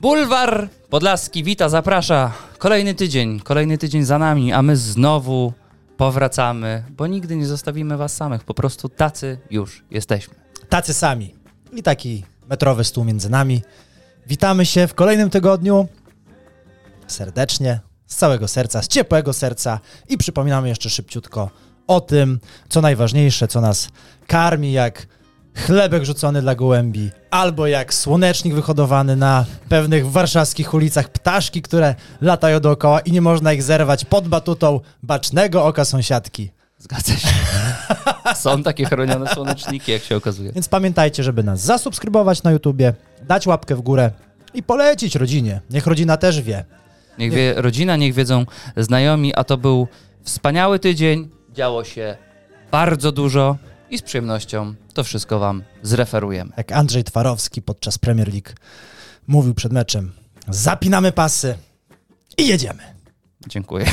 Bulwar Podlaski wita, zaprasza. Kolejny tydzień, kolejny tydzień za nami, a my znowu powracamy, bo nigdy nie zostawimy was samych. Po prostu tacy już jesteśmy. Tacy sami. I taki metrowy stół między nami. Witamy się w kolejnym tygodniu. Serdecznie, z całego serca, z ciepłego serca. I przypominamy jeszcze szybciutko o tym, co najważniejsze, co nas karmi, jak chlebek rzucony dla gołębi, albo jak słonecznik wyhodowany na pewnych warszawskich ulicach, ptaszki, które latają dookoła i nie można ich zerwać pod batutą bacznego oka sąsiadki. Zgadza się. Są takie chronione słoneczniki, jak się okazuje. Więc pamiętajcie, żeby nas zasubskrybować na YouTubie, dać łapkę w górę i polecić rodzinie. Niech rodzina też wie. Niech wie rodzina, niech wiedzą znajomi, a to był wspaniały tydzień. Działo się bardzo dużo i z przyjemnością to wszystko wam zreferujemy. Jak Andrzej Twarowski podczas Premier League mówił przed meczem, zapinamy pasy i jedziemy. Dziękuję.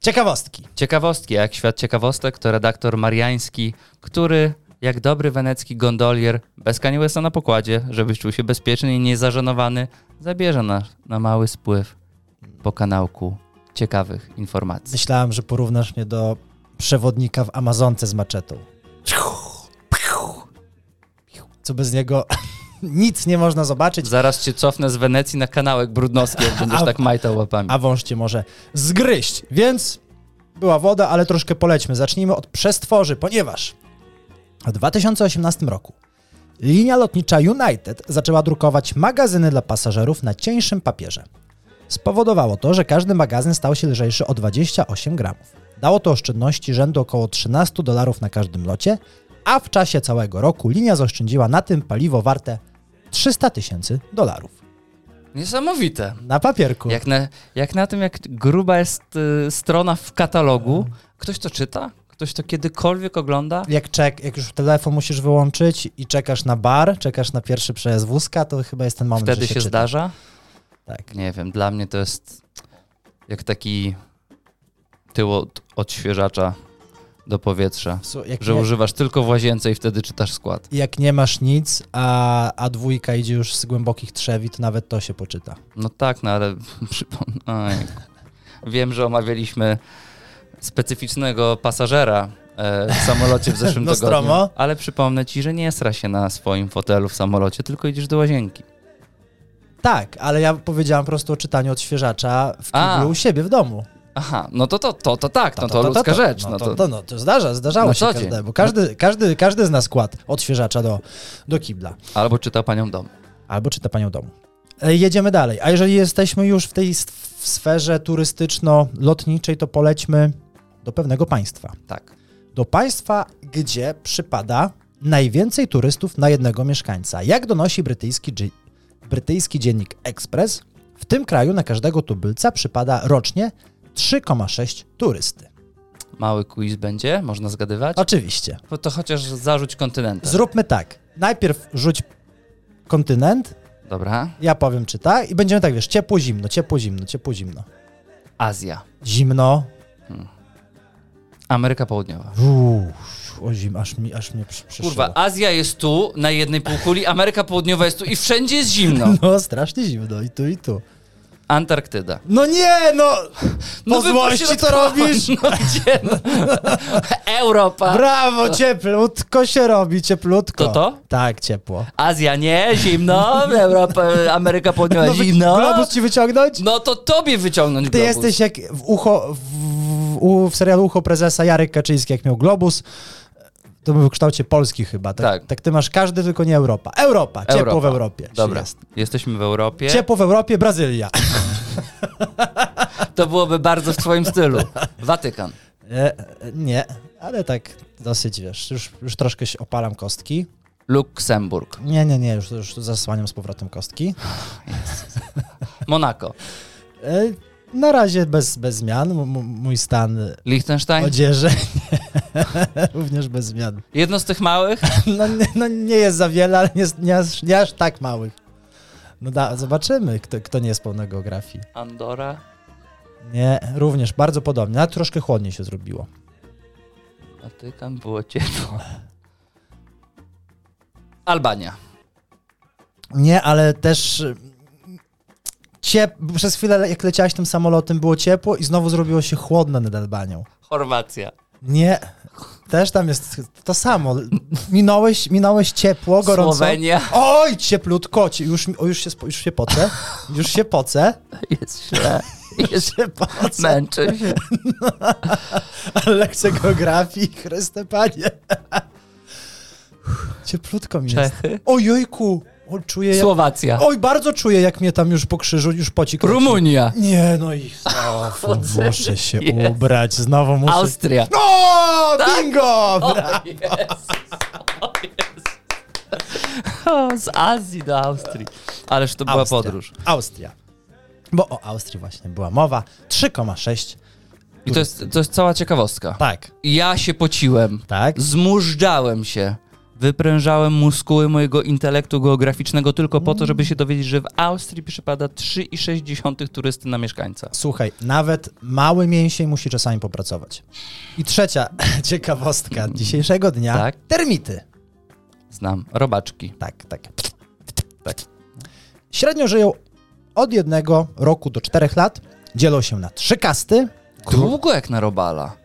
Ciekawostki. Ciekawostki, a jak świat ciekawostek, to redaktor Mariański, który jak dobry wenecki gondolier, bez Kanye Westa na pokładzie, żebyś czuł się bezpieczny i niezażenowany, zabierze nas na mały spływ po kanałku ciekawych informacji. Myślałem, że porównasz mnie do przewodnika w Amazonce z maczetą. Co bez niego nic nie można zobaczyć, Zaraz cię cofnę z Wenecji na kanałek Brudnowski, jak będziesz A- tak majtał łapami. a wąż cię może zgryźć. Więc była woda, ale troszkę polećmy. Zacznijmy od przestworzy, ponieważ w 2018 roku linia lotnicza United zaczęła drukować magazyny dla pasażerów na cieńszym papierze. Spowodowało to, że każdy magazyn stał się lżejszy o 28 gramów. Dało to oszczędności rzędu około 13 dolarów na każdym locie, a w czasie całego roku linia zaoszczędziła na tym paliwo warte 300 tysięcy dolarów. Niesamowite. Na papierku. Jak na, jak na tym, jak gruba jest y, strona w katalogu, ktoś to czyta? Ktoś to kiedykolwiek ogląda? jak, czek, jak już telefon musisz wyłączyć i czekasz na bar, czekasz na pierwszy przejazd wózka, to chyba jest ten moment, Wtedy że się, się, czyta. zdarza? Tak. Nie wiem, dla mnie to jest jak taki tył od odświeżacza do powietrza, Su- Jak, że nie, używasz tylko w łazience i wtedy czytasz skład. jak nie masz nic, a, a dwójka idzie już z głębokich trzewi, to nawet to się poczyta. No tak, no ale przypomnę. oj. Wiem, że omawialiśmy specyficznego pasażera e, w samolocie w zeszłym tygodniu, Nostromo. ale przypomnę ci, że nie sra się na swoim fotelu w samolocie, tylko idziesz do łazienki. Tak, ale ja powiedziałam po prostu o czytaniu odświeżacza w A. kiblu u siebie w domu. Aha, no to to, to, to tak, no to, ludzka rzecz. No to, to, no, to zdarza, zdarzało Na się co dzień. każdemu. Każdy, każdy, każdy zna skład odświeżacza do, do kibla. Albo czyta panią dom. albo czyta panią domu. E, Jedziemy dalej. A jeżeli jesteśmy już w tej s- w sferze turystyczno-lotniczej, to polećmy do pewnego państwa. Tak. Do państwa, gdzie przypada najwięcej turystów na jednego mieszkańca. Jak donosi brytyjski, dzi- brytyjski dziennik Express, w tym kraju na każdego tubylca przypada rocznie 3,6 turysty. Mały quiz będzie, można zgadywać. Oczywiście. Bo to chociaż zarzuć kontynentem. Zróbmy tak. Najpierw rzuć kontynent, Dobra. ja powiem czy tak i będziemy tak, wiesz, ciepło, zimno, ciepło, zimno, ciepło, zimno. Azja. Zimno, Ameryka Południowa. Uff, o zim, aż, mi, aż mnie przy- przeszyło. Kurwa, Azja jest tu na jednej półkuli, Ameryka Południowa jest tu i wszędzie jest zimno. No, strasznie zimno, i tu, i tu. Antarktyda. No nie, no! No No wy złości to pośrodkowo, robisz! No gdzie? No. Europa. Brawo, cieplutko się robi, cieplutko. To to? Tak, ciepło. Azja nie, zimno. Europa, Ameryka Południowa No wy- zimno. Globus ci wyciągnąć? No to tobie wyciągnąć Ty globus. jesteś jak w ucho, w, w, u- w serialu Ucho Prezesa Jarek Kaczyński, jak miał Globus. To był w kształcie Polski chyba, tak? Tak. Tak, ty masz każdy, tylko nie Europa. Europa, ciepło w Europa. Europie. Dobra, Jest. jesteśmy w Europie. Ciepło w Europie, Brazylia. To byłoby bardzo w twoim stylu. Watykan. E, e, nie, ale tak dosyć, wiesz, już, już troszkę się opalam kostki. Luksemburg. Nie, nie, nie, już, już zasłaniam z powrotem kostki. Monako. E, na razie bez, bez zmian, m- m- mój stan Liechtenstein. odzieży również bez zmian. Jedno z tych małych. No nie, no, nie jest za wiele, ale nie, jest- nie, aż, nie aż tak małych. No da, zobaczymy, kto, kto nie jest pełna geografii. Andora. Nie, również bardzo podobnie, ale troszkę chłodniej się zrobiło. Watykan było ciepło. Albania. Nie, ale też y, ciep... przez chwilę, jak leciałeś tym samolotem, było ciepło i znowu zrobiło się chłodno nad Albanią. Chorwacja. Nie, też tam jest to samo. Minąłeś, minąłeś ciepło, gorąco. Słowenia. Oj, cieplutko, ci- już, mi- o, już, się, spo- już się pocę, już się pocę, Jest źle. Jest się pocę. Męczy się. Ale lekcja geografii, chryste panie. Cieplutko mi jest. Czechy. Ojojku, o, czuję jak... Słowacja. Oj, bardzo czuję, jak mnie tam już po krzyżu, już pocik leci. Rumunia. Nie, no i znowu muszę się Jest. ubrać, znowu muszę... Austria. Tak? O, bingo! O jest. O jest. O, z Azji do Austrii. Ależ to była Austria. podróż. Austria. Bo o Austrii właśnie była mowa. 3,6. I to jest, to jest cała ciekawostka. Tak, Ja się pociłem. tak. Zmużdżałem się. Wyprężałem muskuły mojego intelektu geograficznego tylko po to, żeby się dowiedzieć, że w Austrii przypada 3,6 turysty na mieszkańca. Słuchaj, nawet mały mięsień musi czasami popracować. I trzecia ciekawostka dzisiejszego dnia. Tak. Termity. Znam. Robaczki. Tak, tak. Tak. Średnio żyją od jednego roku do czterech lat. Dzielą się na trzy kasty. Król... Długo jak na robala.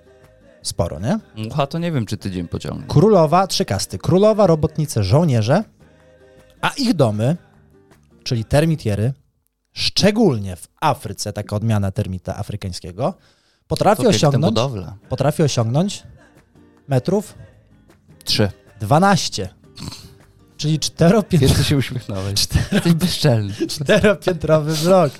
Sporo, nie? Mucha to nie wiem, czy tydzień pociągnie. Królowa, trzy kasty. Królowa, robotnice, żołnierze, a ich domy, czyli termitiery, szczególnie w Afryce, taka odmiana termita afrykańskiego, potrafi Kupię tę osiągnąć, budowlę. potrafi osiągnąć metrów Trzy. 12, czyli czteropię- Jeszcze się uśmiechnąłeś. Jesteś bezczelny. czteropiętrowy blok.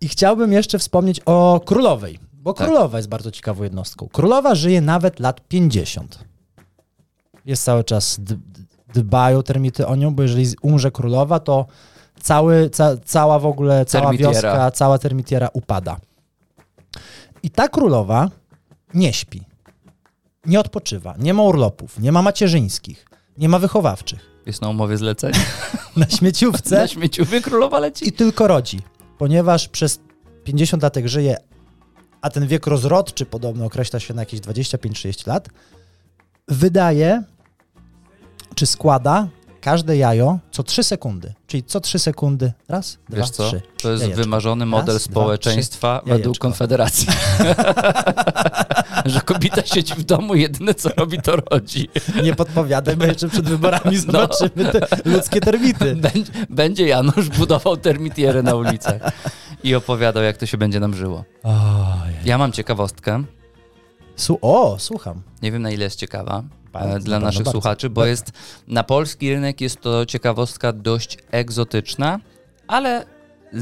I chciałbym jeszcze wspomnieć o królowej, bo Tak. królowa jest bardzo ciekawą jednostką. Królowa żyje nawet lat 50. Jest cały czas, d- d- dbają termity o nią, bo jeżeli z- umrze królowa, to cały, ca, cała w ogóle, cała Termitiera. wioska, cała termitiera upada. I ta królowa nie śpi, nie odpoczywa, nie ma urlopów, nie ma macierzyńskich, nie ma wychowawczych. Jest na umowie zlecenia. Na śmieciówce Na śmieciówy królowa leci. i tylko rodzi, ponieważ przez 50 latek żyje, a ten wiek rozrodczy podobno określa się na jakieś 25-30 lat, wydaje czy składa każde jajo co 3 sekundy. Czyli co 3 sekundy, raz, dwa, Wiesz co? trzy. To jest Jajeczko. wymarzony model Raz, dwa, społeczeństwa trzy. według Jajeczko. Konfederacji. Że kobieta siedzi w domu, jedyne co robi, to rodzi. Nie podpowiadaj, bo jeszcze przed wyborami No. zobaczymy te ludzkie termity. Będzie, będzie Janusz budował termitierę na ulicach i opowiadał, jak to się będzie nam żyło. Ja mam ciekawostkę. Su- o, słucham. Nie wiem, na ile jest ciekawa Bardzo, e, na dla pewno naszych bardzo. słuchaczy, bo jest na polski rynek jest to ciekawostka dość egzotyczna, ale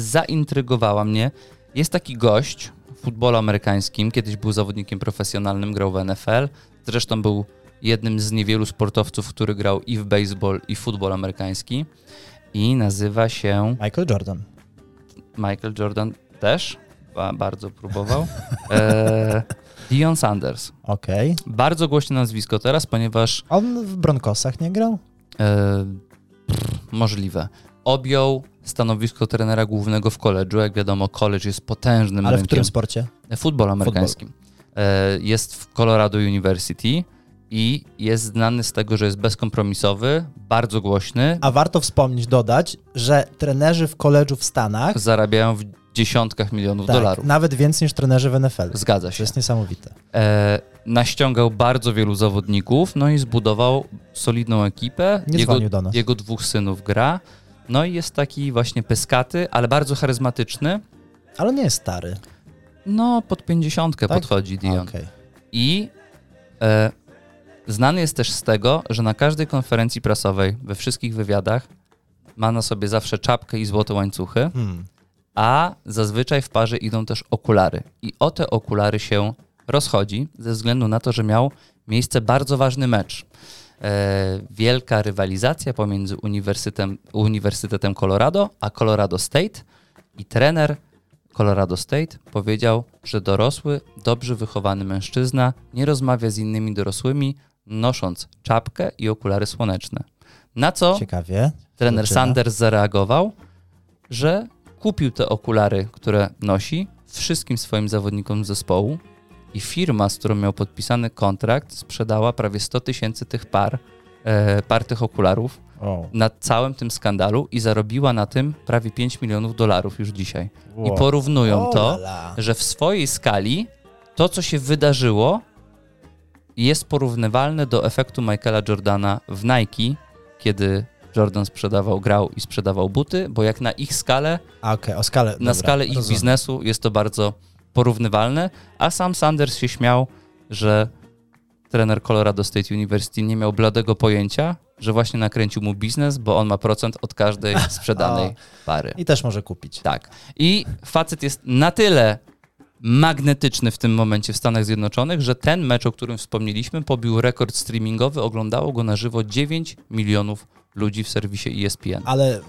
zaintrygowała mnie. Jest taki gość w futbolu amerykańskim, kiedyś był zawodnikiem profesjonalnym, grał w NFL, zresztą był jednym z niewielu sportowców, który grał i w baseball, i w futbol amerykański i nazywa się Michael Jordan. Michael Jordan też, ba- bardzo próbował, e, Dion Sanders. Okej. Bardzo głośne nazwisko teraz, ponieważ On w Bronkosach nie grał? e, pff, możliwe. Objął stanowisko trenera głównego w koledżu. Jak wiadomo, college jest potężnym Ale w rynkiem. którym sporcie? Futbol amerykańskim. E, jest w Colorado University i jest znany z tego, że jest bezkompromisowy, bardzo głośny. A warto wspomnieć, dodać, że trenerzy w koledżu w Stanach Zarabiają w dziesiątkach milionów tak, dolarów. nawet więcej niż trenerzy w NFL. Zgadza To się. jest niesamowite. E, naściągał bardzo wielu zawodników, no i zbudował solidną ekipę. Nie jego, dzwonił do nas. jego dwóch synów gra. No i jest taki właśnie pyskaty, ale bardzo charyzmatyczny. Ale nie jest stary. No, pod 50 Tak? podchodzi A, Dion. okej. I e, znany jest też z tego, że na każdej konferencji prasowej, we wszystkich wywiadach, ma na sobie zawsze czapkę i złote łańcuchy, Hmm. a zazwyczaj w parze idą też okulary. I o te okulary się rozchodzi, ze względu na to, że miał miejsce bardzo ważny mecz. E, wielka rywalizacja pomiędzy Uniwersytetem, Uniwersytetem Colorado a Colorado State i trener Colorado State powiedział, że dorosły, dobrze wychowany mężczyzna nie rozmawia z innymi dorosłymi, nosząc czapkę i okulary słoneczne. Na co Ciekawie. trener Zobaczymy. Sanders zareagował, że kupił te okulary, które nosi, wszystkim swoim zawodnikom zespołu, i firma, z którą miał podpisany kontrakt, sprzedała prawie 100 tysięcy tych par, e, par tych okularów O, na całym tym skandalu i zarobiła na tym prawie 5 milionów dolarów już dzisiaj. I porównują to, że w swojej skali to, co się wydarzyło, jest porównywalne do efektu Michaela Jordana w Nike, kiedy Jordan sprzedawał, grał i sprzedawał buty, bo jak na ich skalę, A, okej, o skalę. na skalę ich biznesu jest to bardzo porównywalne, a sam Sanders się śmiał, że trener Colorado State University nie miał bladego pojęcia, że właśnie nakręcił mu biznes, bo on ma procent od każdej sprzedanej pary. I też może kupić. Tak. I facet jest na tyle magnetyczny w tym momencie w Stanach Zjednoczonych, że ten mecz, o którym wspomnieliśmy, pobił rekord streamingowy, oglądało go na żywo 9 milionów ludzi w serwisie E ESPN. Ale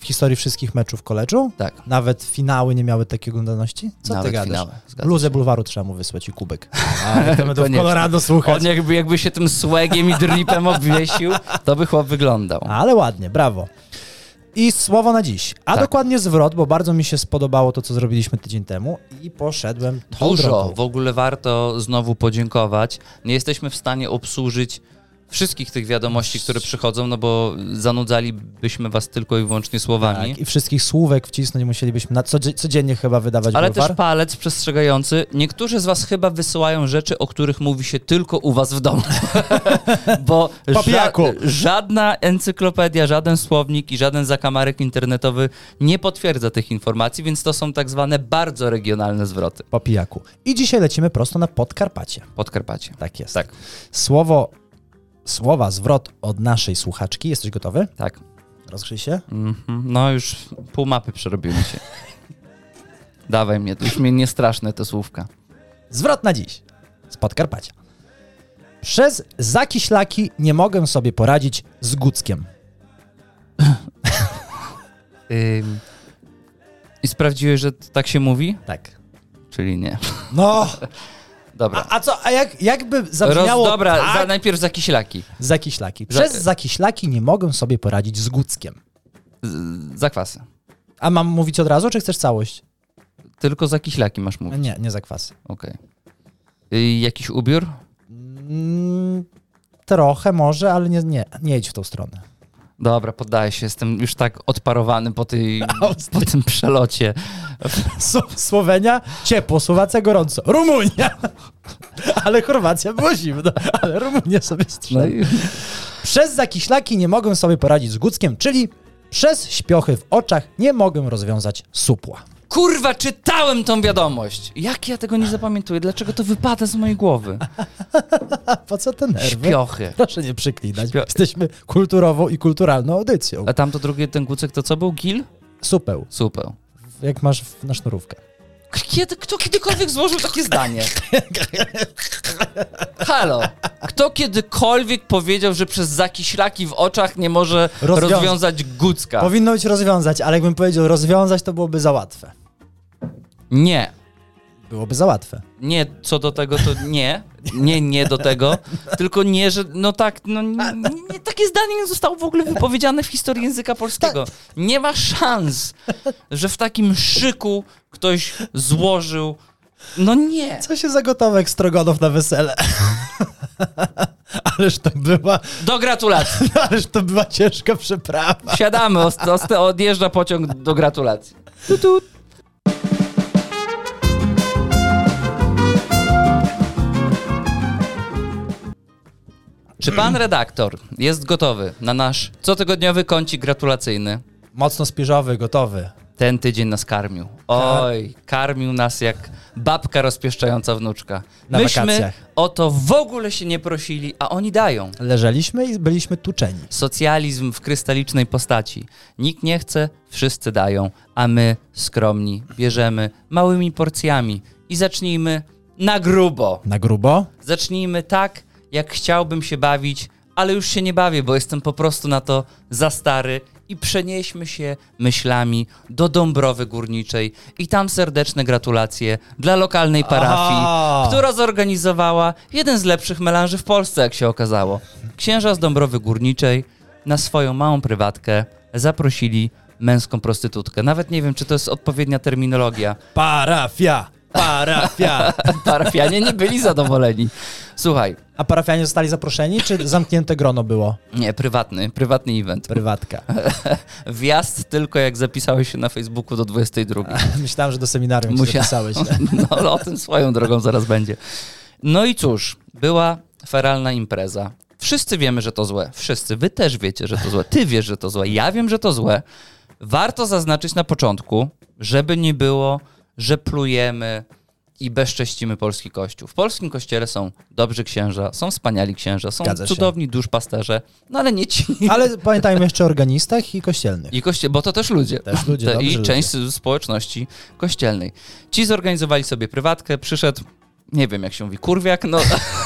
w historii wszystkich meczów koledżu? Tak. Nawet finały nie miały takiej oglądalności? Co Nawet ty gadasz? finały, zgadza Bluzę się. bulwaru trzeba mu wysłać i kubek. A jak to będą w Koniecznie. Colorado słuchać. On jakby, jakby się tym swagiem i dripem obwiesił, to by chłop wyglądał. Ale ładnie, brawo. I słowo na dziś. A Tak. dokładnie zwrot, bo bardzo mi się spodobało to, co zrobiliśmy tydzień temu i poszedłem tą Dużo. drogą. W ogóle warto znowu podziękować. Nie jesteśmy w stanie obsłużyć wszystkich tych wiadomości, które przychodzą, no bo zanudzalibyśmy was tylko i wyłącznie słowami. Tak, I wszystkich słówek wcisnąć musielibyśmy na codzie- codziennie chyba wydawać Ale bulwar. też palec przestrzegający. Niektórzy z was chyba wysyłają rzeczy, o których mówi się tylko u was w domu. Bo Papiaku. żadna encyklopedia, żaden słownik i żaden zakamarek internetowy nie potwierdza tych informacji, więc to są tak zwane bardzo regionalne zwroty. po pijaku. I dzisiaj lecimy prosto na Podkarpacie. Podkarpacie. Tak jest. Tak. Słowo, słowa, zwrot od naszej słuchaczki. Jesteś gotowy? Tak. Rozgrzyj się. Mhm. No już pół mapy przerobiłem się. Dawaj mnie, to już mnie nie straszne te słówka. Zwrot na dziś. Z Podkarpacia. Przez zakiślaki nie mogę sobie poradzić z Guckiem. Ym... I sprawdziłeś, że t- tak się mówi? Tak. Czyli nie. No! Dobra. A, a co, a jak, jakby zabrzmiało... Roz, dobra, tak, za, najpierw za kisielaki. Zakiślaki. Przez Za- zakiślaki nie mogę sobie poradzić z Guckiem. Za kwasy. A mam mówić od razu, czy chcesz całość? Tylko za kisielaki masz mówić. Nie, nie za kwasy. Okej. Y, Jakiś ubiór? Mm, trochę może, ale nie, nie, nie idź w tą stronę. Dobra, poddaję się. Jestem już tak odparowany po, tej, po tym przelocie. S- Słowenia ciepło, Słowacja gorąco, Rumunia. Ale Chorwacja było zimno, ale Rumunia sobie No strzeli. i Przez zakiślaki nie mogę sobie poradzić z Guckiem, czyli przez śpiochy w oczach nie mogę rozwiązać supła. Kurwa, czytałem tą wiadomość! Jak ja tego nie zapamiętuję? Dlaczego to wypada z mojej głowy? A po co ten nerwy? Śpiochy. Proszę nie przyklinać, Śpio- jesteśmy kulturową i kulturalną audycją. A tamto drugie, ten gucek, to co był? Gil? Supeł, Supeł. jak masz w- na sznurówkę. Tak. Kiedy, kto kiedykolwiek złożył takie zdanie? Halo, kto kiedykolwiek powiedział, że przez zakiślaki w oczach nie może Rozwiąza- rozwiązać gucka? Powinno być rozwiązać, ale jakbym powiedział rozwiązać, to byłoby za łatwe. nie, Byłoby za łatwe. nie, co do tego to nie, nie, nie do tego, tylko nie, że no tak, no n- nie, takie zdanie nie zostało w ogóle wypowiedziane w historii języka polskiego. Nie ma szans, że w takim szyku ktoś złożył, no nie. Co się za gotowe strogonów na wesele? Ależ to była, Do gratulacji. ależ to była ciężka przeprawa. Siadamy, ost- ost- odjeżdża pociąg do gratulacji. Tu, tu. Czy pan redaktor jest gotowy na nasz cotygodniowy kącik gratulacyjny? Mocno spiżowy, gotowy. Ten tydzień nas karmił. Oj, karmił nas jak babka rozpieszczająca wnuczka. Na Myśmy wakacjach. o to w ogóle się nie prosili, a oni dają. Leżeliśmy i byliśmy tuczeni. socjalizm w krystalicznej postaci. Nikt nie chce, wszyscy dają, a my, skromni, bierzemy małymi porcjami i zacznijmy na grubo. Na grubo? Zacznijmy tak, jak chciałbym się bawić, ale już się nie bawię, bo jestem po prostu na to za stary. I przenieśmy się myślami do Dąbrowy Górniczej i tam serdeczne gratulacje dla lokalnej parafii, Aha. która zorganizowała jeden z lepszych melanży w Polsce, jak się okazało. Księża z Dąbrowy Górniczej na swoją małą prywatkę zaprosili męską prostytutkę. Nawet nie wiem, czy to jest odpowiednia terminologia. Parafia! Parafia. Parafianie nie byli zadowoleni. Słuchaj, A parafianie zostali zaproszeni, czy zamknięte grono było? nie, prywatny, prywatny event. Prywatka. Wjazd tylko jak zapisałeś się na Facebooku do 22. Myślałem, że do seminarium się Musiałem. zapisałeś. No ale o tym swoją drogą zaraz będzie. No i cóż, była feralna impreza. Wszyscy wiemy, że to złe. Wszyscy. Wy też wiecie, że to złe. Ty wiesz, że to złe. Ja wiem, że to złe. Warto zaznaczyć na początku, żeby nie było, że plujemy i bezcześcimy polski kościół. W polskim kościele są dobrzy księża, są wspaniali księża, są Zgadza się. cudowni duszpasterze, no ale nie ci. Ale pamiętajmy jeszcze o organistach i kościelnych. I koście... bo to też ludzie. Też ludzie, Te- I dobrzy część społeczności kościelnej. Ci zorganizowali sobie prywatkę, przyszedł, nie wiem jak się mówi, kurwiak, no,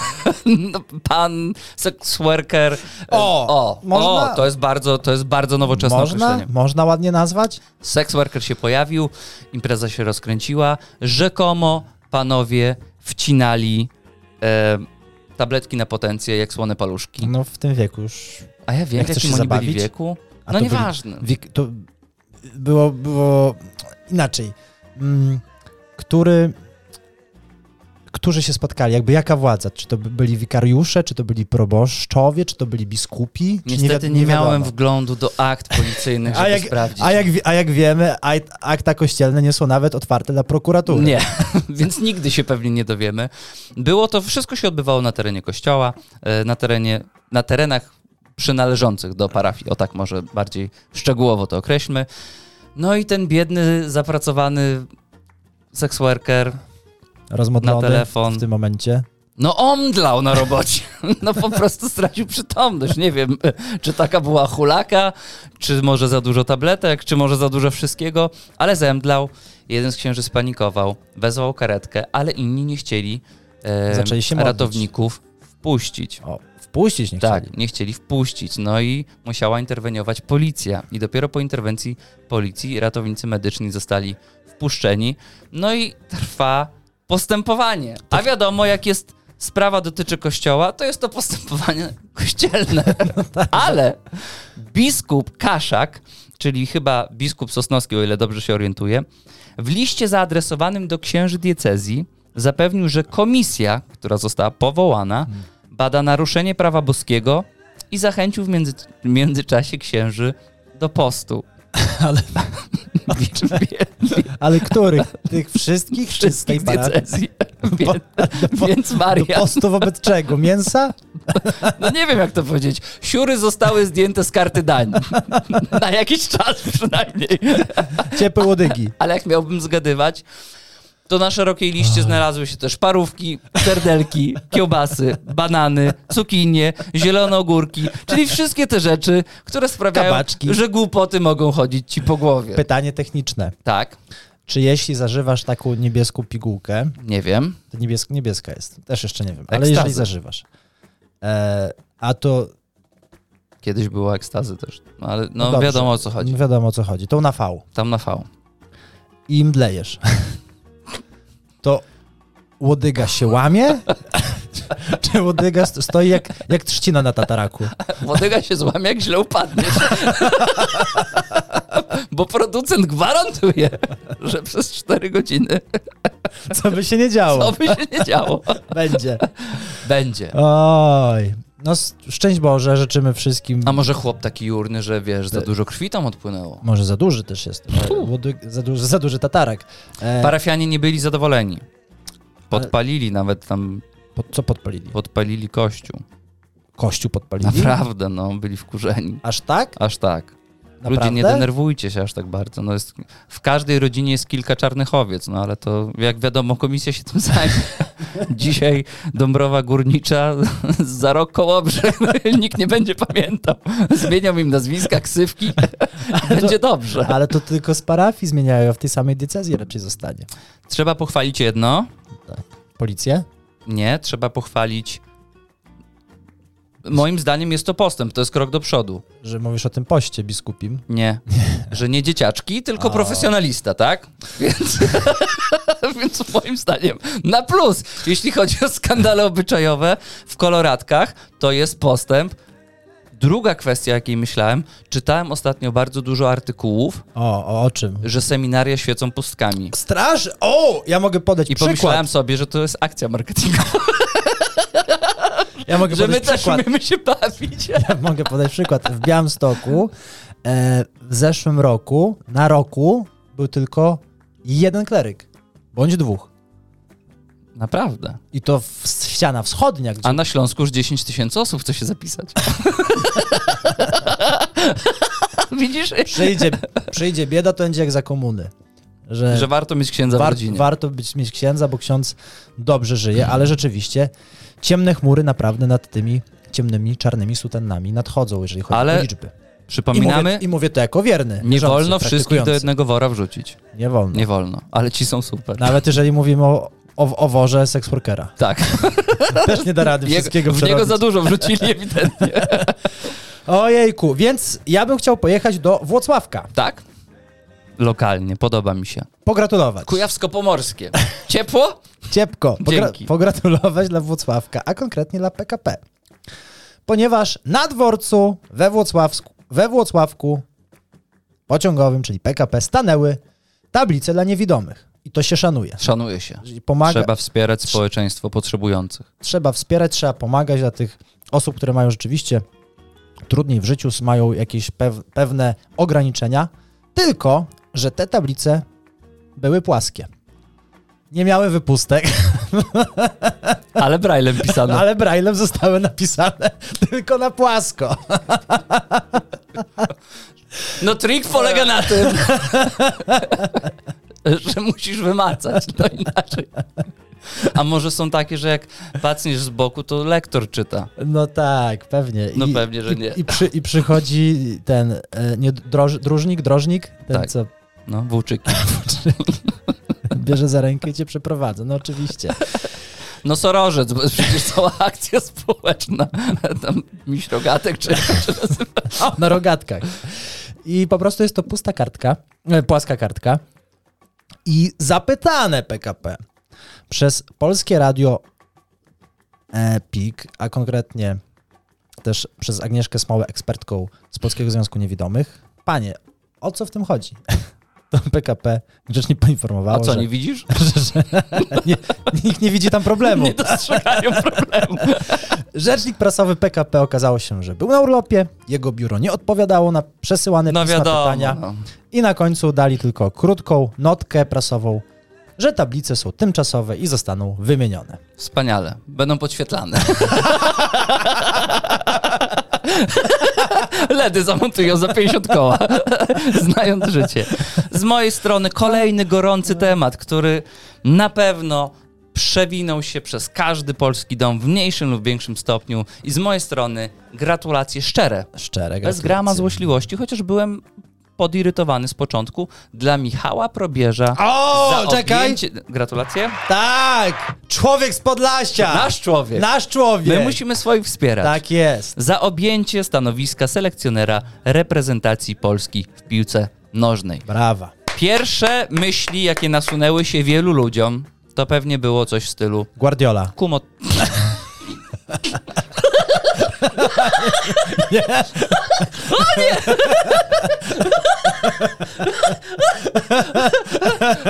no pan, sex worker. E, O, o, można- o to, jest bardzo, to jest bardzo nowoczesne Można? określenie. Można ładnie nazwać? Sex worker się pojawił, impreza się rozkręciła, rzekomo panowie wcinali e, tabletki na potencję jak słone paluszki. No w tym wieku już. A ja wiem, Jak jak chcesz jakim się oni byli zabawić? wieku. A No to byli- nieważne. Wiek, to było, było inaczej. Mm, Który, którzy się spotkali? Jakby jaka władza? Czy to by- byli wikariusze, czy to byli proboszczowie, czy to byli biskupi? Czy Niestety wi- nie, miałem wiadomo? wglądu do akt policyjnych, żeby A jak, sprawdzić. a, jak, wi- a jak wiemy, akt- akta kościelne nie są nawet otwarte dla prokuratury. Nie, więc nigdy się pewnie nie dowiemy. Było to, wszystko się odbywało na terenie kościoła, e, na, terenie, na terenach przynależących do parafii, o tak może bardziej szczegółowo to określmy. No i ten biedny, zapracowany seksworker, Rozmodlony Na telefon. w tym momencie. no omdlał na robocie. No po prostu stracił przytomność. Nie wiem, e, czy taka była hulaka, czy może za dużo tabletek, czy może za dużo wszystkiego, ale zemdlał. Jeden z księży spanikował, wezwał karetkę, ale inni nie chcieli e, Zaczęli się modlić. ratowników wpuścić. O, wpuścić nie chcieli. Tak, nie chcieli wpuścić. No i musiała interweniować policja. I dopiero po interwencji policji ratownicy medyczni zostali wpuszczeni. No i trwa postępowanie. A wiadomo, jak jest sprawa dotyczy kościoła, to jest to postępowanie kościelne. No tak. Ale biskup Kaszak, czyli chyba biskup Sosnowski, o ile dobrze się orientuję, w liście zaadresowanym do księży diecezji zapewnił, że komisja, która została powołana, bada naruszenie prawa boskiego i zachęcił w między, w międzyczasie księży do postu. Ale- Więc- Ale których? Tych wszystkich? czy z tej Wszystkich parafii? diecezji. Więc, po- więc Do Maria, postu wobec czego? Mięsa? no nie wiem jak to powiedzieć, siury zostały zdjęte z karty dań. Na jakiś czas przynajmniej. Ciepłe łodygi. Ale jak miałbym zgadywać, to na szerokiej liście znalazły się też parówki, serdelki, kiełbasy, banany, cukinie, zielone ogórki, czyli wszystkie te rzeczy, które sprawiają, Kabaczki. że głupoty mogą chodzić ci po głowie. Pytanie techniczne. tak, Czy jeśli zażywasz taką niebieską pigułkę, nie wiem. to niebieska, niebieska jest, też jeszcze nie wiem, ale Ekstazy. jeżeli zażywasz, e, a to Kiedyś było ekstazy też, no ale No no, dobrze. wiadomo o co chodzi. wiadomo o co chodzi, tą na V Tam na V. i mdlejesz, to łodyga się łamie? Czy łodyga st- stoi jak, jak trzcina na tataraku? Łodyga się złamie, jak źle upadniesz. Bo producent gwarantuje, że przez 4 godziny Co by się nie to działo? by się nie działo. Będzie. Będzie. Oj. No s- szczęść Boże, życzymy wszystkim. A może chłop taki jurny, że wiesz, za dużo krwi tam odpłynęło. Może za duży też jest. E, Łodyg, za, duży, za duży tatarak. E, Parafianie nie byli zadowoleni. Podpalili nawet tam, po, co podpalili? podpalili kościół. Kościół podpalili? Naprawdę, no, byli wkurzeni. Aż tak? Aż tak. Ludzie, nie denerwujcie się aż tak bardzo. No jest, w każdej rodzinie jest kilka czarnych owiec, no ale to jak wiadomo, komisja się tym zajmie. Dzisiaj Dąbrowa Górnicza, za rok Kołobrzeg, nikt nie będzie pamiętał. Zmienią im nazwiska, ksywki, będzie dobrze. Ale to tylko z parafii zmieniają, a w tej samej diecezji raczej zostanie. Trzeba pochwalić jedno, Policję? Nie, trzeba pochwalić. Moim zdaniem jest to postęp, to jest krok do przodu. Że mówisz o tym poście biskupim. Nie, że nie dzieciaczki, tylko A. profesjonalista, tak? Więc, więc moim zdaniem na plus. Jeśli chodzi o skandale obyczajowe w koloratkach, to jest postęp Druga kwestia, o jakiej myślałem, czytałem ostatnio bardzo dużo artykułów, O, o, o czym? że seminaria świecą pustkami. Straż! O! Ja mogę podać I pomyślałem przykład. sobie, że to jest akcja marketingowa, Ja mogę że my podać też przykład. umiemy się bawić. Mogę podać przykład. W Białymstoku e, w zeszłym roku, na roku, był tylko jeden kleryk. Bądź dwóch. Naprawdę. I to w, ściana wschodnia, gdzie A na Śląsku już 10 tysięcy osób chce się zapisać. Widzisz, przyjdzie, przyjdzie bieda, to będzie jak za komuny. Że, że warto mieć księdza w war, rodzinie. warto być, mieć księdza, bo ksiądz dobrze żyje, ale rzeczywiście ciemne chmury naprawdę nad tymi ciemnymi, czarnymi sutannami nadchodzą, jeżeli chodzi Ale o liczby. I mówię, Przypominamy, I mówię to jako wierny. nie wierzący, wolno wszystkich do praktykujący. jednego wora wrzucić. Nie wolno. Nie wolno, ale ci są super. Nawet jeżeli mówimy o, o, o worze seksworkera. Tak, Też nie da rady wszystkiego w niego przerobić. za dużo wrzucili ewidentnie. Ojejku, więc ja bym chciał pojechać do Włocławka. Tak? Lokalnie, podoba mi się. Pogratulować. Kujawsko-pomorskie. Ciepło? Ciepko. Dzięki. Pogratulować dla Włocławka, a konkretnie dla PKP. Ponieważ na dworcu we Włocławsku, we Włocławku pociągowym, czyli PKP, stanęły tablice dla niewidomych. I to się szanuje. Szanuje się. Czyli Pomaga, trzeba. Trzeba wspierać społeczeństwo potrzebujących. trzeba wspierać, trzeba pomagać dla tych osób, które mają rzeczywiście trudniej w życiu, s- mają jakieś pew, pewne ograniczenia. Tylko, że te tablice były płaskie. Nie miały wypustek. Ale braillem pisane. Ale braillem zostały napisane tylko na płasko. No trik polega na tym, że musisz wymacać, to inaczej. A może są takie, że jak patrzysz z boku, to lektor czyta. No tak, pewnie. No pewnie, że i, nie. I, przy, I przychodzi ten e, nie, droż, dróżnik, drożnik, ten Tak. co No, włóczyki. bierze za rękę i cię przeprowadza. No oczywiście. No sorożec, bo jest przecież cała akcja społeczna. Tam miś rogatek czy... Na rogatkach. I po prostu jest to pusta kartka, e, płaska kartka. I zapytane PKP przez polskie radio e, PIK, a konkretnie też przez Agnieszkę Smołę, ekspertką z Polskiego Związku Niewidomych. Panie, o co w tym chodzi? To PKP grzecznie poinformowało, A co, że, nie widzisz? że, że nie, nikt nie widzi tam problemu. Nie dostrzegają problemu. Rzecznik prasowy PKP okazało się, że był na urlopie, jego biuro nie odpowiadało na przesyłane No pisma wiadomo. pytania No. i na końcu dali tylko krótką notkę prasową, że tablice są tymczasowe i zostaną wymienione. Wspaniale. Będą podświetlane. LEDy zamontują za 50 koła, znając życie. Z mojej strony kolejny gorący temat, który na pewno przewinął się przez każdy polski dom w mniejszym lub większym stopniu. I z mojej strony gratulacje szczere. Szczere Bez gratulacje. grama złośliwości, chociaż byłem podirytowany z początku dla Michała Probierza. O, za czekaj! objęcie- Gratulacje. Tak! Człowiek z Podlasia! Nasz człowiek. Nasz człowiek! My musimy swoich wspierać. Tak jest. Za objęcie stanowiska selekcjonera reprezentacji Polski w piłce nożnej. Brawa. Pierwsze myśli, jakie nasunęły się wielu ludziom, to pewnie było coś w stylu Guardiola. Kumo,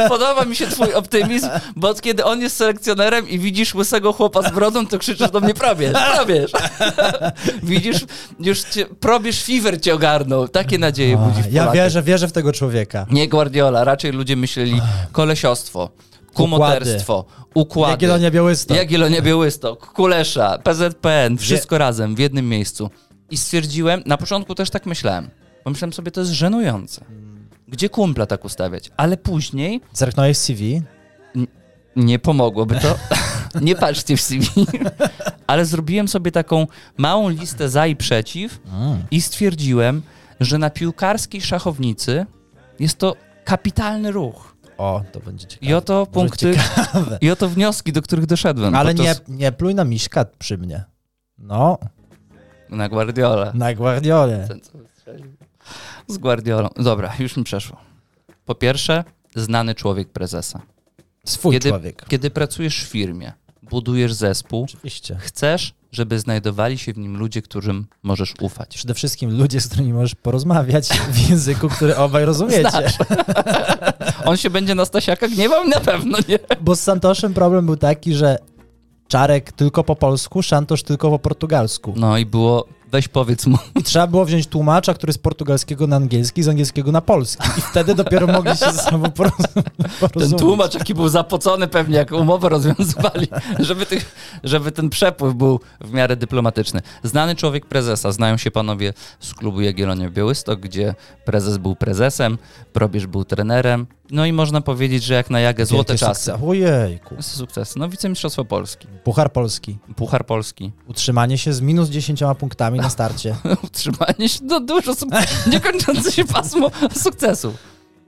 podoba mi się twój optymizm, bo kiedy on jest selekcjonerem i widzisz łysego chłopa z brodą, to krzyczysz do mnie probierz, probierz. Widzisz, już cię, probierz fever cię ogarnął. Takie nadzieje budzi w Ja Polakach. wierzę, wierzę w tego człowieka. Nie Guardiola, raczej ludzie myśleli kolesiostwo, kumoterstwo, układy. Jagiellonia Białystok. Jagiellonia Białystok, Kulesza, PZPN, wszystko razem w jednym miejscu. I stwierdziłem, na początku też tak myślałem. Pomyślałem sobie, to jest żenujące. Gdzie kumpla tak ustawiać? Ale później Zerknąłeś CV? nie pomogłoby to. nie patrzcie w CV. Ale zrobiłem sobie taką małą listę za i przeciw i stwierdziłem, że na piłkarskiej szachownicy jest to kapitalny ruch. O, to będzie ciekawe. I oto punkty, i oto wnioski, do których doszedłem. Ale podczas- nie, nie pluj na Miśka przy mnie. No, Na Guardiola. na Guardiolę. Ten, co strzelił. Z Guardiolą. Dobra, już mi przeszło. Po pierwsze, znany człowiek prezesa. Swój Kiedy, człowiek. kiedy pracujesz w firmie, budujesz zespół, Oczywiście. chcesz, żeby znajdowali się w nim ludzie, którym możesz ufać. Przede wszystkim ludzie, z którymi możesz porozmawiać w języku, który obaj rozumiecie. On się będzie na Stasiaka gniewał? Na pewno nie. Bo z Santoszem problem był taki, że Czarek tylko po polsku, Santosz tylko po portugalsku. No i było, weź powiedz mu. I trzeba było wziąć tłumacza, który z portugalskiego na angielski, z angielskiego na polski. I wtedy dopiero mogli się ze sobą porozum- Ten porozumieć. tłumacz jaki był zapocony pewnie, jak umowę rozwiązywali, żeby, tych, żeby ten przepływ był w miarę dyplomatyczny. Znany człowiek prezesa, znają się panowie z klubu Jagiellonia Białystok, gdzie prezes był prezesem, probierz był trenerem, no i można powiedzieć, że jak na Jagę złote Wielkie czasy. sukcesy. Ojejku. Sukces. No wicemistrzostwo Polski, Puchar Polski. Puchar Polski, Utrzymanie się z minus 10 punktami na starcie. utrzymanie się, no dużo, suk- niekończące się pasmo sukcesu.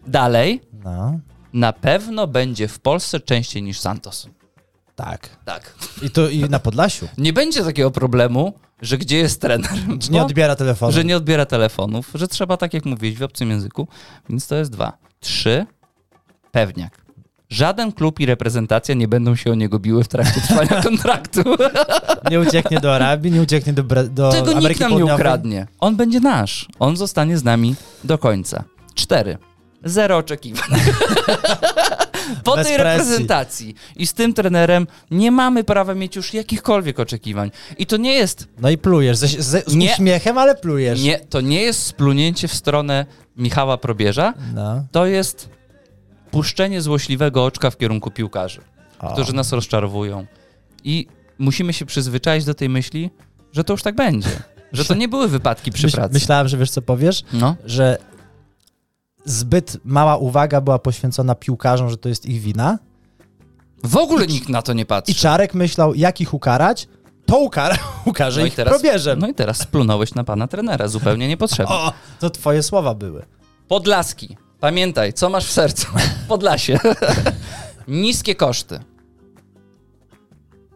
Dalej, No, na pewno będzie w Polsce częściej niż Santos. tak. Tak. I to i na Podlasiu. Nie będzie takiego problemu, że gdzie jest trener, Że nie bo- odbiera telefonu. że nie odbiera telefonów, że trzeba tak jak mówić w obcym języku, więc to jest dwa. Trzy, pewniak. Żaden klub i reprezentacja nie będą się o niego biły w trakcie trwania kontraktu. nie ucieknie do Arabii, nie ucieknie do, Bra- do Tego Ameryki nikt nam nie Południowej. ukradnie. On będzie nasz. On zostanie z nami do końca. Cztery. Zero oczekiwań. Po Bez tej presji. reprezentacji i z tym trenerem nie mamy prawa mieć już jakichkolwiek oczekiwań. I to nie jest No i plujesz, ze, ze, z Nie. uśmiechem, ale plujesz. Nie, to nie jest splunięcie w stronę Michała Probierza, No. to jest puszczenie złośliwego oczka w kierunku piłkarzy, O. którzy nas rozczarowują. I musimy się przyzwyczaić do tej myśli, że to już tak będzie. Że to nie były wypadki przy Myśl- pracy. Myślałem, że wiesz co powiesz, No. że zbyt mała uwaga była poświęcona piłkarzom, że to jest ich wina. W ogóle nikt na to nie patrzy. I Czarek myślał, jak ich ukarać, to ukara, ukarze ich probierzem. no i teraz splunąłeś na pana trenera, zupełnie niepotrzebnie. O, to twoje słowa były. Podlaski. Pamiętaj, co masz w sercu. Podlasie. Niskie koszty.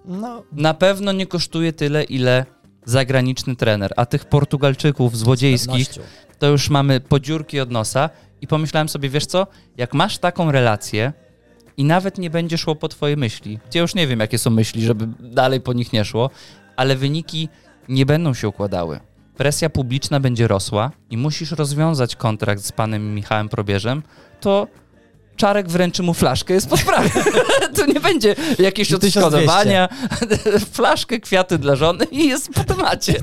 No, na pewno nie kosztuje tyle, ile zagraniczny trener. A tych Portugalczyków złodziejskich pewnością. to już mamy podziurki od nosa. I pomyślałem sobie, wiesz co, jak masz taką relację i nawet nie będzie szło po twoje myśli, ja już nie wiem, jakie są myśli, żeby dalej po nich nie szło, ale wyniki nie będą się układały. Presja publiczna będzie rosła i musisz rozwiązać kontrakt z panem Michałem Probierzem, to Czarek wręczy mu flaszkę, jest po sprawie. to nie będzie jakieś 1200. odszkodowania, flaszkę, kwiaty dla żony i jest po temacie.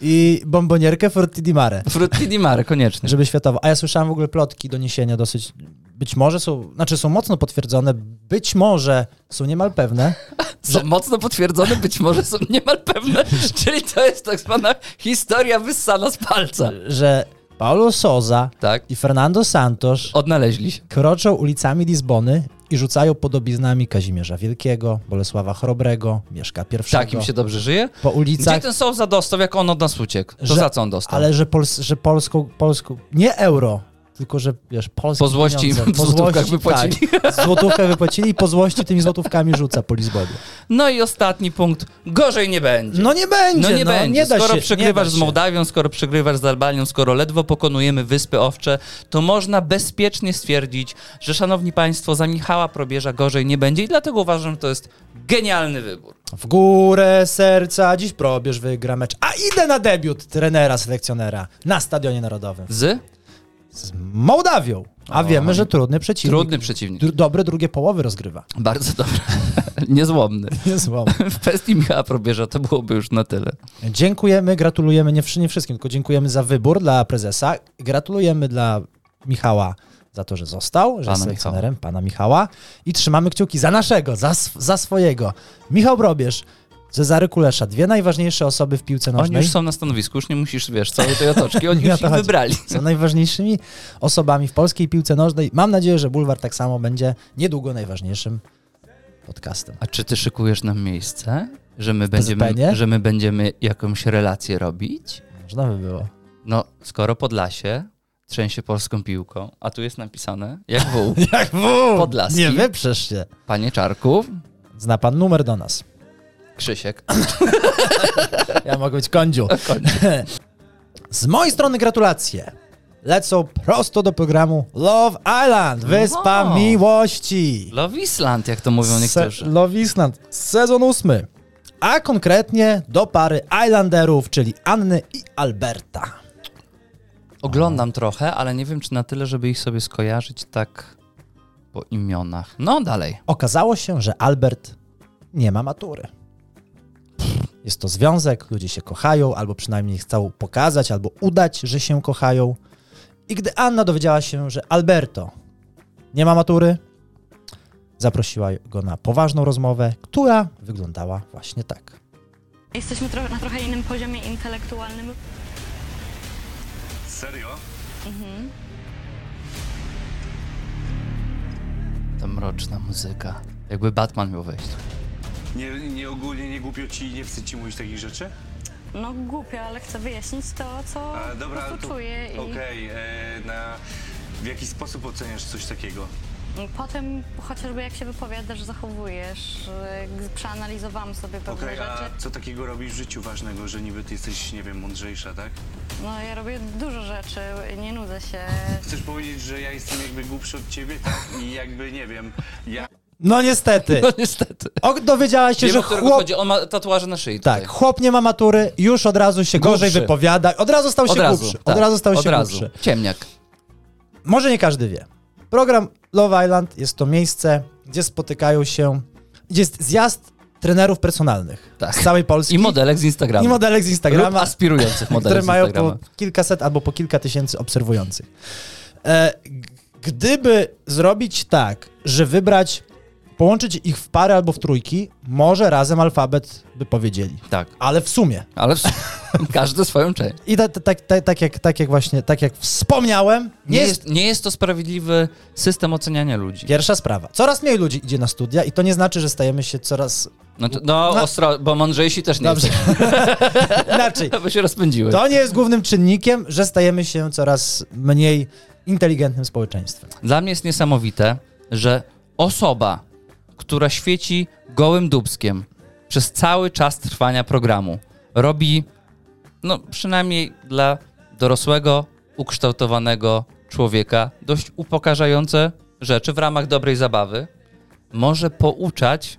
I bombonierkę Forti di Mare, Frutti di mare, koniecznie. żeby światowo. A ja słyszałem w ogóle plotki, doniesienia dosyć, być może są, znaczy są mocno potwierdzone, być może są niemal pewne, są mocno potwierdzone, być może są niemal pewne, czyli to jest tak zwana historia wyssana z palca. że Paulo Souza Tak, i Fernando Santos odnaleźli się. kroczą ulicami Lizbony i rzucają podobiznami Kazimierza Wielkiego, Bolesława Chrobrego, Mieszka I. Tak, im się dobrze żyje. po Gdzie ulicach, ten Sousa dostał, jak on od nas uciekł? To tak- Że- za co on dostał? ale że, Pols że Polską, Polską, nie euro, tylko że wiesz, polskie Po złości pieniądze, im w złotówkach wypłacili. Tak, złotówkę wypłacili i po złości tymi złotówkami rzuca po Lizbonie. No i ostatni punkt. Gorzej nie będzie. No nie będzie, No nie będzie. nie da skoro się. przegrywasz nie da z się. Mołdawią, skoro przegrywasz z Albanią, skoro ledwo pokonujemy Wyspy Owcze, to można bezpiecznie stwierdzić, że szanowni państwo, za Michała Probierza gorzej nie będzie i dlatego uważam, że to jest genialny wybór. W górę serca, dziś probierz, wygra mecz, a idę na debiut trenera, selekcjonera na Stadionie Narodowym. Z? Z Mołdawią, a O. wiemy, że trudny przeciwnik. Trudny przeciwnik. Dr- dobre drugie połowy rozgrywa. Bardzo dobry. Niezłomny. Niezłą. W kwestii Michała Probierza to byłoby już na tyle. Dziękujemy, gratulujemy nie, wszy- nie wszystkim, tylko dziękujemy za wybór dla prezesa. Gratulujemy dla Michała za to, że został, że Pana jest selekcjonerem pana Michała i trzymamy kciuki za naszego, za, sw- za swojego. Michał Brobierz, Cezary Kulesza, dwie najważniejsze osoby w piłce Oni nożnej. już są na stanowisku, już nie musisz, wiesz, całej tej otoczki, oni Nie o już to ich chodzi. wybrali. są najważniejszymi osobami w polskiej piłce nożnej. Mam nadzieję, że Bulwar tak samo będzie niedługo najważniejszym podcastem. A czy ty szykujesz nam miejsce, że my, będziemy, PZPN-ie? że my będziemy jakąś relację robić? Można by było. No, skoro Podlasie trzęsie polską piłką, a tu jest napisane, jak wół, Jak wół! Podlaski. Nie wyprzesz się. panie Czarku, Zna pan numer do nas. Krzysiek, Ja mogę być kądziu. Z mojej strony gratulacje. Lecą prosto do programu Love Island, Wyspa Wow. Miłości. Love Island, jak to mówią Se- niektórzy. Love Island, sezon ósmy. a konkretnie do pary Islanderów, czyli Anny i Alberta. Oglądam trochę, ale nie wiem, czy na tyle, żeby ich sobie skojarzyć tak po imionach. No dalej. Okazało się, że Albert nie ma matury. Jest to związek, ludzie się kochają, albo przynajmniej chcą pokazać, albo udać, że się kochają. I gdy Anna dowiedziała się, że Alberto nie ma matury, zaprosiła go na poważną rozmowę, która wyglądała właśnie tak. Jesteśmy trochę na trochę innym poziomie intelektualnym. Serio? Ta mroczna muzyka. Jakby Batman miał wejść. Nie, nie ogólnie, nie głupio ci, nie wstyd ci mówić takich rzeczy? No głupio, ale chcę wyjaśnić to, co A, E, dobra, po prostu to- czuję i Okej, e, na... W jaki sposób oceniasz coś takiego? potem chociażby jak się wypowiadasz, zachowujesz, y, g- przeanalizowałam sobie pewne Okej, rzeczy. a co takiego robisz w życiu ważnego, że niby ty jesteś, nie wiem, mądrzejsza, tak? No ja robię dużo rzeczy, nie nudzę się. Chcesz powiedzieć, że ja jestem jakby głupszy od ciebie, tak? I jakby, nie wiem, ja... No niestety, No niestety. o, dowiedziała się, Wiem, że o którego chłop... chodzi. On ma tatuaże na szyi. Tak, Tutaj. chłop nie ma matury, już od razu się gorzej Głupszy. wypowiada, od razu stał Od się razu. głupszy. tak, Od razu stał od się razu. głupszy. Ciemniak. Może nie każdy wie. Program Love Island jest to miejsce, gdzie spotykają się, gdzie jest zjazd trenerów personalnych Tak. z całej Polski. I modelek z Instagrama. I modelek z Lub Instagrama, aspirujących modelek które z mają Instagrama. po kilkaset albo po kilka tysięcy obserwujących. E, g- gdyby zrobić tak, że wybrać, połączyć ich w pary albo w trójki, może razem alfabet by powiedzieli. Tak. Ale w sumie. Ale w... każdy swoją część. I ta, ta, ta, ta, tak, jak, tak jak właśnie, tak jak wspomniałem, Nie jest, nie jest to sprawiedliwy system oceniania ludzi. Pierwsza sprawa. Coraz mniej ludzi idzie na studia i to nie znaczy, że stajemy się coraz No, to, no, No. ostro, bo mądrzejsi też nie Dobrze. inaczej. jesteśmy, bo się rozpędziły. To nie jest głównym czynnikiem, że stajemy się coraz mniej inteligentnym społeczeństwem. Dla mnie jest niesamowite, że osoba, która świeci gołym dubskiem przez cały czas trwania programu, robi, no przynajmniej dla dorosłego, ukształtowanego człowieka, dość upokarzające rzeczy w ramach dobrej zabawy, może pouczać.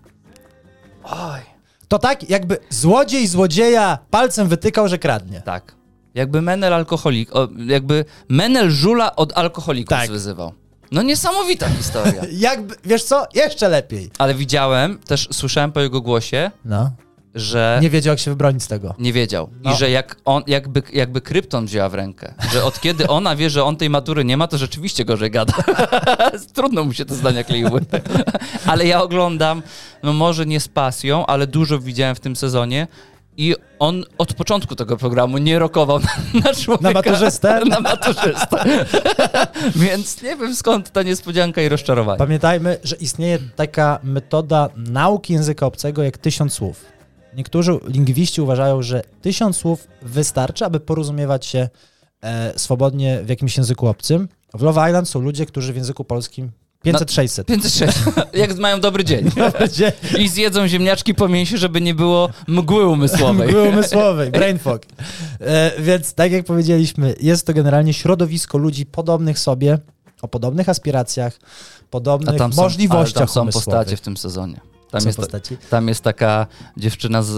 Oj, To tak, jakby złodziej złodzieja palcem wytykał, że kradnie. tak. Jakby menel alkoholik, o, jakby menel żula od alkoholików Tak. wyzywał. No niesamowita historia. Jakby, wiesz co? Jeszcze lepiej. Ale widziałem, też słyszałem po jego głosie, No. że nie, Nie wiedział, jak się wybronić z tego. wiedział. I No. że jak on, jakby, jakby krypton wzięła w rękę. Że od kiedy ona wie, że on tej matury nie ma, to rzeczywiście gorzej gada. Trudno mu się te zdania kleiły. ale ja oglądam, no może nie z pasją, ale dużo widziałem w tym sezonie. I on od początku tego programu nie rokował na, na człowieka. Na maturzystę? Na maturzystę. Więc nie wiem skąd ta niespodzianka i rozczarowanie. Pamiętajmy, że istnieje taka metoda nauki języka obcego jak tysiąc słów. Niektórzy lingwiści uważają, że tysiąc słów wystarczy, aby porozumiewać się e, swobodnie w jakimś języku obcym. W Love Island są ludzie, którzy w języku polskim 500-600. 506. Jak mają dobry dzień. Gdzie I zjedzą ziemniaczki po mięsie, żeby nie było mgły umysłowej. Mgły umysłowej, brain fog. E, więc tak jak powiedzieliśmy, jest to generalnie środowisko ludzi podobnych sobie, o podobnych aspiracjach, A podobnych tam są, ale możliwościach tam są umysłowych. postacie w tym sezonie. Tam Są jest, postaci. tam jest taka dziewczyna z,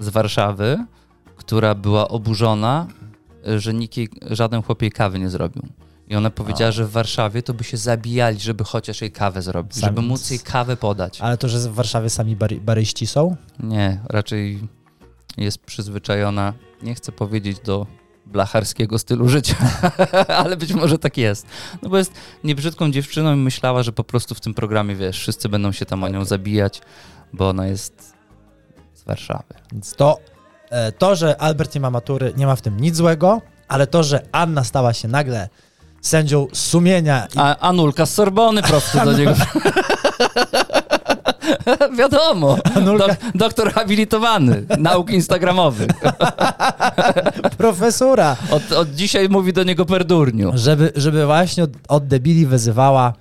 y, z Warszawy, która była oburzona, y, że nikt jej, żaden chłop jej kawy nie zrobił. I ona powiedziała, że w Warszawie to by się zabijali, żeby chociaż jej kawę zrobić, Sami- żeby móc jej kawę podać. Ale to, że w Warszawie sami bary, baryści są? Nie, raczej jest przyzwyczajona, nie chcę powiedzieć do blacharskiego stylu życia, ale być może tak jest. No bo jest niebrzydką dziewczyną i myślała, że po prostu w tym programie, wiesz, wszyscy będą się tam o nią zabijać, bo ona jest z Warszawy. Więc to, e, to, że Albert nie ma matury, nie ma w tym nic złego, ale to, że Anna stała się nagle sędzią sumienia i A Anulka z Sorbony prosto do niego. Wiadomo, Anulka. dok- doktor habilitowany, nauk instagramowych. profesora, Od, od dzisiaj mówi do niego perdurniu. żeby, żeby właśnie od, od debili wyzywała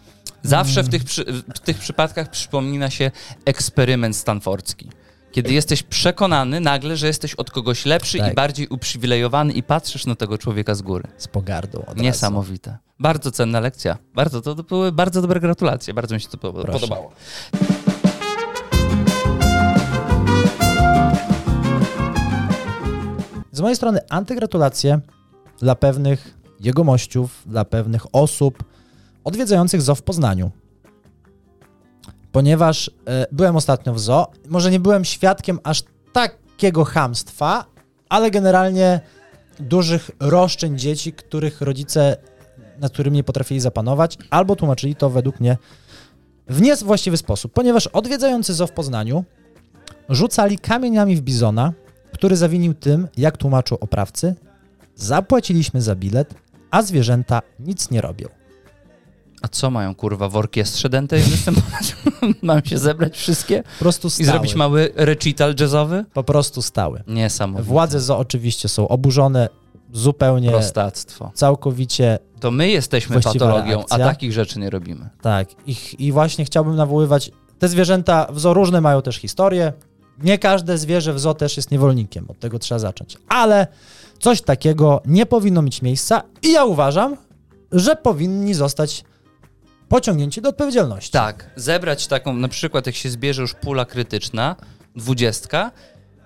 Zawsze Mm. w tych, przy, w tych przypadkach przypomina się eksperyment stanfordzki. Kiedy jesteś przekonany nagle, że jesteś od kogoś lepszy Tak. i bardziej uprzywilejowany i patrzysz na tego człowieka z góry. z pogardą. Od razu. Niesamowite. Bardzo cenna lekcja. Bardzo, to, to były bardzo dobre gratulacje. Bardzo mi się to po- podobało. Z mojej strony antygratulacje dla pewnych jegomościów, dla pewnych osób odwiedzających ZOO w Poznaniu. Ponieważ e, byłem ostatnio w ZOO, może nie byłem świadkiem aż takiego chamstwa, ale generalnie dużych roszczeń dzieci, których rodzice, nad którymi nie potrafili zapanować, albo tłumaczyli to według mnie w niewłaściwy sposób, ponieważ odwiedzający ZOO w Poznaniu rzucali kamieniami w bizona, który zawinił tym, jak tłumaczył oprawcy, zapłaciliśmy za bilet, a zwierzęta nic nie robią. A co mają kurwa w orkiestrze dętej występować? Mam się zebrać wszystkie Po prostu i stały. zrobić mały recital jazzowy? Po prostu stały. Niesamowite. Władze ZOO oczywiście są oburzone zupełnie, Prostactwo. całkowicie To my jesteśmy Właściwa patologią, reakcja. a takich rzeczy nie robimy. tak. Ich, I właśnie chciałbym nawoływać, te zwierzęta w zoo różne mają też historię. Nie każde zwierzę w zoo też jest niewolnikiem, od tego trzeba zacząć. Ale coś takiego nie powinno mieć miejsca i ja uważam, że powinni zostać pociągnięci do odpowiedzialności. Tak, zebrać taką, na przykład jak się zbierze już pula krytyczna, dwudziestka,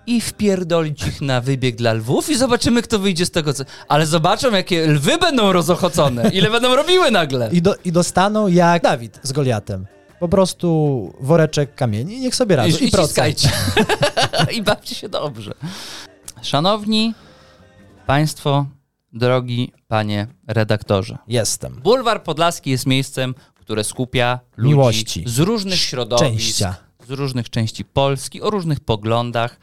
i wpierdolić ich na wybieg dla lwów i zobaczymy, kto wyjdzie z tego. Co... Ale zobaczą, jakie lwy będą rozochocone, ile będą robiły nagle. I, do, I dostaną jak Dawid z Goliatem. Po prostu woreczek kamieni, niech sobie radzą. I, i procent. ściskajcie. I bawcie się dobrze. Szanowni Państwo, drogi panie redaktorze. Jestem. Bulwar Podlaski jest miejscem, które skupia ludzi Miłości. z różnych środowisk, Szczęścia. z różnych części Polski, o różnych poglądach.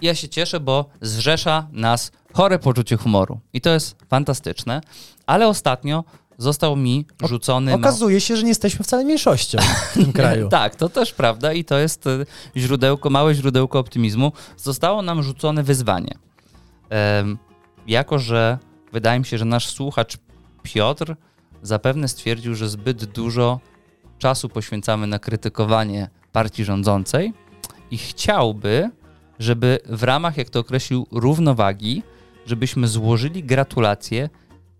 I Ja się cieszę, bo zrzesza nas chore poczucie humoru. I to jest fantastyczne. Ale ostatnio został mi rzucony... no, Okazuje się, że nie jesteśmy wcale mniejszością w tym kraju. tak, to też prawda i to jest e, źródełko, małe źródełko optymizmu. Zostało nam rzucone wyzwanie. Em, jako, że wydaje mi się, że nasz słuchacz Piotr zapewne stwierdził, że zbyt dużo czasu poświęcamy na krytykowanie partii rządzącej i chciałby, żeby w ramach, jak to określił, równowagi, żebyśmy złożyli gratulacje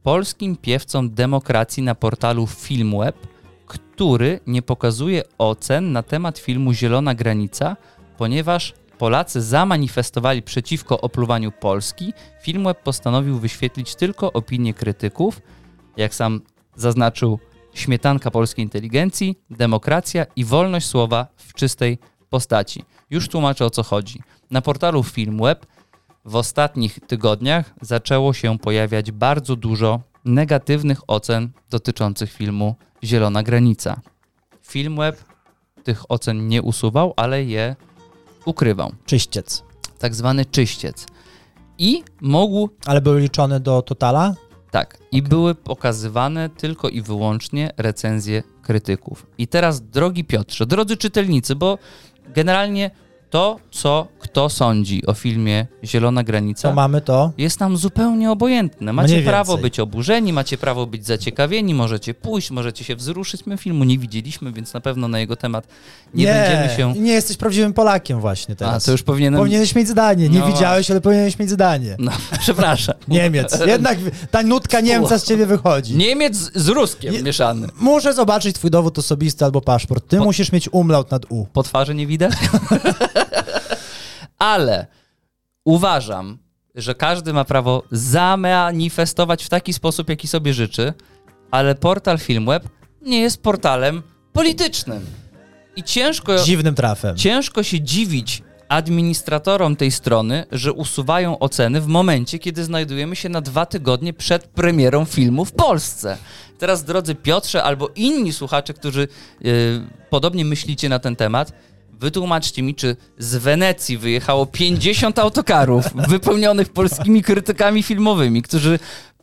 polskim piewcom demokracji na portalu Filmweb, który nie pokazuje ocen na temat filmu Zielona Granica, ponieważ Polacy zamanifestowali przeciwko opluwaniu Polski. Filmweb postanowił wyświetlić tylko opinie krytyków, jak sam zaznaczył śmietanka polskiej inteligencji, demokracja i wolność słowa w czystej postaci. Już tłumaczę o co chodzi. Na portalu Filmweb w ostatnich tygodniach zaczęło się pojawiać bardzo dużo negatywnych ocen dotyczących filmu Zielona Granica. Filmweb tych ocen nie usuwał, ale je ukrywał. Czyściec. Tak zwany czyściec. I mógł Ale były liczone do totala? tak, i były pokazywane tylko i wyłącznie recenzje krytyków. I teraz, drogi Piotrze, drodzy czytelnicy, bo generalnie to, co kto sądzi o filmie Zielona Co Granica, mamy to? jest nam zupełnie obojętne. Mniej Macie więcej. prawo być oburzeni, macie prawo być zaciekawieni, możecie pójść, możecie się wzruszyć. My filmu nie widzieliśmy, więc na pewno na jego temat nie, będziemy się. Nie jesteś prawdziwym Polakiem właśnie teraz. A, to już powinienem. Powinieneś mieć zdanie. Nie No widziałeś, ale powinieneś mieć zdanie. No, przepraszam. Niemiec. Jednak ta nutka Niemca z ciebie wychodzi. Niemiec z- z Ruskiem Nie- mieszany. Muszę zobaczyć twój dowód osobisty albo paszport. Ty musisz mieć umlaut nad U. po twarzy nie widać. Ale uważam, że każdy ma prawo zamanifestować w taki sposób, jaki sobie życzy, ale portal Filmweb nie jest portalem politycznym. I ciężko, Dziwnym trafem. ciężko się dziwić administratorom tej strony, że usuwają oceny w momencie, kiedy znajdujemy się na dwa tygodnie przed premierą filmu w Polsce. Teraz, drodzy Piotrze, albo inni słuchacze, którzy yy, podobnie myślicie na ten temat, wytłumaczcie mi, czy z Wenecji wyjechało 50 autokarów wypełnionych polskimi krytykami filmowymi, którzy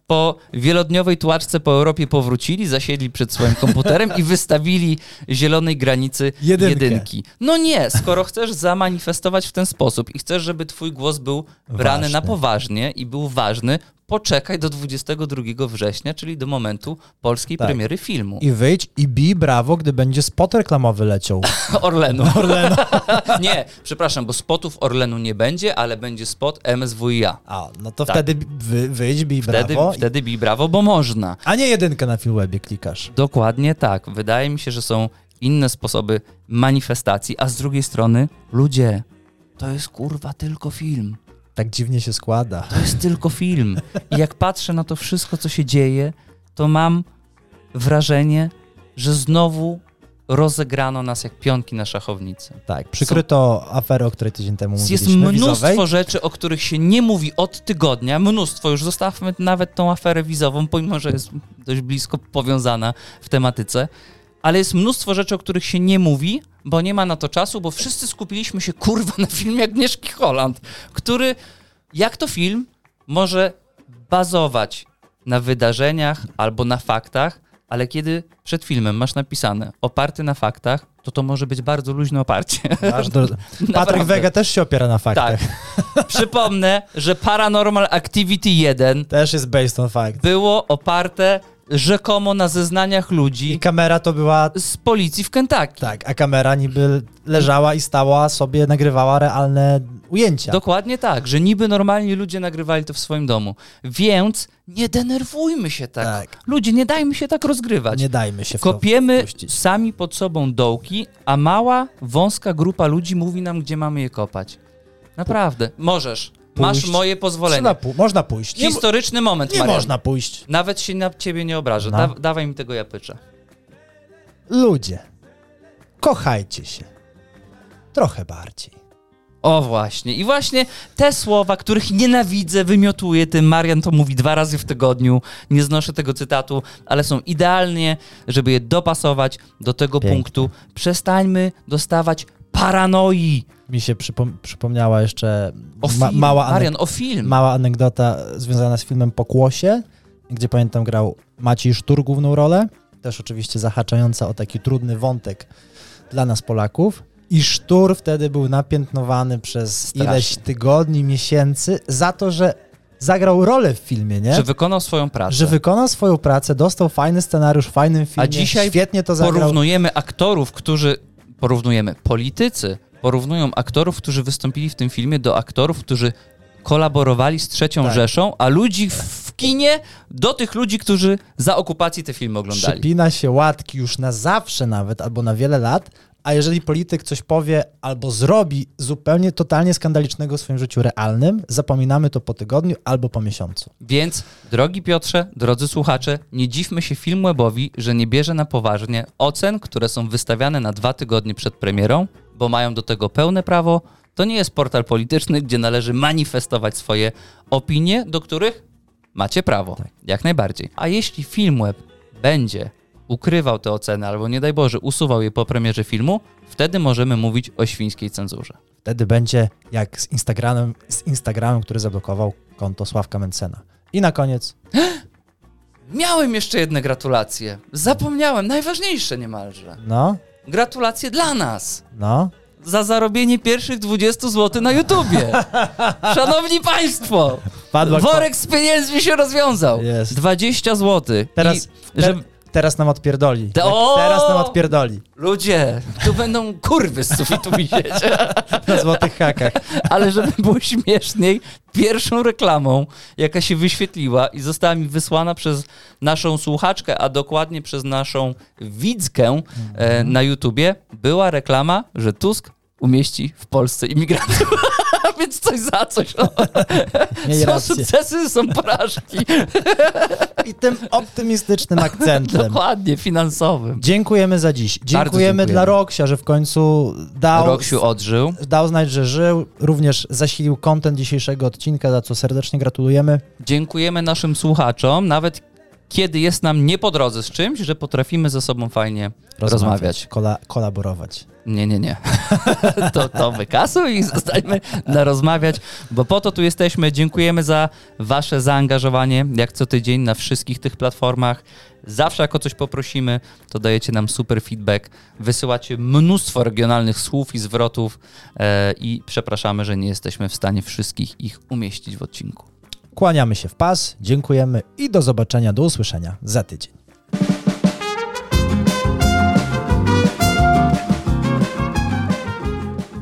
po wielodniowej tułaczce po Europie powrócili, zasiedli przed swoim komputerem i wystawili zielonej granicy Jedynkę. jedynki. No nie, skoro chcesz zamanifestować w ten sposób i chcesz, żeby twój głos był brany Ważny. na poważnie i był ważny, poczekaj do 22 września, czyli do momentu polskiej Tak. premiery filmu. I wyjdź i bij brawo, gdy będzie spot reklamowy leciał. Orlenu. nie, przepraszam, bo spotów Orlenu nie będzie, ale będzie spot MSWiA. A, no to Tak. wtedy bi- wy, wyjdź, bij Wtedy, brawo. wtedy bij brawo, bo można. A nie jedynkę na Filmwebie klikasz. Dokładnie tak. Wydaje mi się, że są inne sposoby manifestacji, a z drugiej strony ludzie, to jest kurwa tylko film. Tak dziwnie się składa. To jest tylko film. I jak patrzę na to wszystko, co się dzieje, to mam wrażenie, że znowu rozegrano nas jak pionki na szachownicy. Tak, przykryto aferę, o której tydzień temu Jest mówiliśmy. wizowej. mnóstwo rzeczy, o których się nie mówi od tygodnia. Mnóstwo, już zostawmy nawet tą aferę wizową, pomimo że jest dość blisko powiązana w tematyce. Ale jest mnóstwo rzeczy, o których się nie mówi, bo nie ma na to czasu, bo wszyscy skupiliśmy się kurwa na filmie Agnieszki Holland, który, jak to film, może bazować na wydarzeniach albo na faktach, ale kiedy przed filmem masz napisane oparty na faktach, to to może być bardzo luźne oparcie. Aż do... Patryk Wege też się opiera na faktach. Tak. Przypomnę, że Paranormal Activity 1 Też jest based on fact. było oparte rzekomo na zeznaniach I ludzi kamera to była... z policji w Kentucky. Tak, a kamera niby leżała i stała sobie, nagrywała realne ujęcia. Dokładnie tak, że niby normalni ludzie nagrywali to w swoim domu. Więc nie denerwujmy się tak. Tak. Ludzie, nie dajmy się tak rozgrywać. Nie dajmy się w to Kopiemy wpuścić. sami pod sobą dołki, a mała, wąska grupa ludzi mówi nam, gdzie mamy je kopać. Naprawdę. Możesz. Masz Pójść. moje pozwolenie. Trzeba pu- można pójść. Nie, mo- Historyczny moment, nie Marian. można pójść. Nawet się na ciebie nie obrażę. No. Da, dawaj mi tego japycza. Ludzie, kochajcie się. Trochę bardziej. O właśnie. I właśnie te słowa, których nienawidzę, wymiotuję tym. Marian to mówi dwa razy w tygodniu. Nie znoszę tego cytatu, ale są idealnie, żeby je dopasować do tego Pięknie. punktu. Przestańmy dostawać paranoi. Mi się przypom- przypomniała jeszcze O film. ma- mała, anek- Marian, o film. mała anegdota związana z filmem Pokłosie, gdzie pamiętam grał Maciej Sztur główną rolę, też oczywiście zahaczająca o taki trudny wątek dla nas Polaków. I Sztur wtedy był napiętnowany przez Strasznie. ileś tygodni, miesięcy za to, że zagrał rolę w filmie, nie? Że wykonał swoją pracę. Że wykonał swoją pracę, dostał fajny scenariusz w fajnym filmie, A dzisiaj świetnie to zagrał. porównujemy aktorów, którzy. Porównujemy politycy, porównują aktorów, którzy wystąpili w tym filmie, do aktorów, którzy kolaborowali z Trzecią Tak. Rzeszą, a ludzi w- w kinie do tych ludzi, którzy za okupacji te filmy oglądali. Przypina się łatki już na zawsze nawet, albo na wiele lat, a jeżeli polityk coś powie albo zrobi zupełnie totalnie skandalicznego w swoim życiu realnym, zapominamy to po tygodniu albo po miesiącu. Więc, drogi Piotrze, drodzy słuchacze, nie dziwmy się film Łebowi, że nie bierze na poważnie ocen, które są wystawiane na dwa tygodnie przed premierą, bo mają do tego pełne prawo. To nie jest portal polityczny, gdzie należy manifestować swoje opinie, do których macie prawo. Jak najbardziej. A jeśli film Łeb będzie ukrywał te oceny, albo nie daj Boże, usuwał je po premierze filmu, wtedy możemy mówić o świńskiej cenzurze. Wtedy będzie jak z Instagramem, z Instagramem który zablokował konto Sławka Mencena. I na koniec Miałem jeszcze jedne gratulacje. Zapomniałem, najważniejsze niemalże. no, Gratulacje dla nas no, za zarobienie pierwszych 20 zł na YouTubie. Szanowni Państwo, Padła kwa- worek z pieniędzmi się rozwiązał. Jest. 20 zł. Teraz- I, że, te, teraz nam odpierdoli. Te- o! Teraz nam odpierdoli Ludzie, tu będą kurwy z sufitu wisieć. na złotych hakach. Ale żeby było śmieszniej, pierwszą reklamą, jaka się wyświetliła i została mi wysłana przez naszą słuchaczkę, a dokładnie przez naszą widzkę e, na YouTubie, była reklama, że Tusk umieści w Polsce imigrantów. Więc coś za coś. No. Miej Są rację. sukcesy, są porażki. I tym optymistycznym akcentem. Dokładnie, finansowym. Dziękujemy za dziś. Dziękujemy, dziękujemy. dla Roksia, że w końcu dał, Roksiu odżył. dał znać, że żył. Również zasilił kontent dzisiejszego odcinka, za co serdecznie gratulujemy. Dziękujemy naszym słuchaczom, nawet kiedy jest nam nie po drodze z czymś, że potrafimy ze sobą fajnie rozmawiać. Kola, kolaborować. Nie, nie, nie. to, to wykasuj i zostańmy na rozmawiać, bo po to tu jesteśmy. Dziękujemy za wasze zaangażowanie, jak co tydzień na wszystkich tych platformach. Zawsze jak o coś poprosimy, to dajecie nam super feedback. Wysyłacie mnóstwo regionalnych słów i zwrotów e, i przepraszamy, że nie jesteśmy w stanie wszystkich ich umieścić w odcinku. Kłaniamy się w pas, dziękujemy i do zobaczenia, do usłyszenia za tydzień.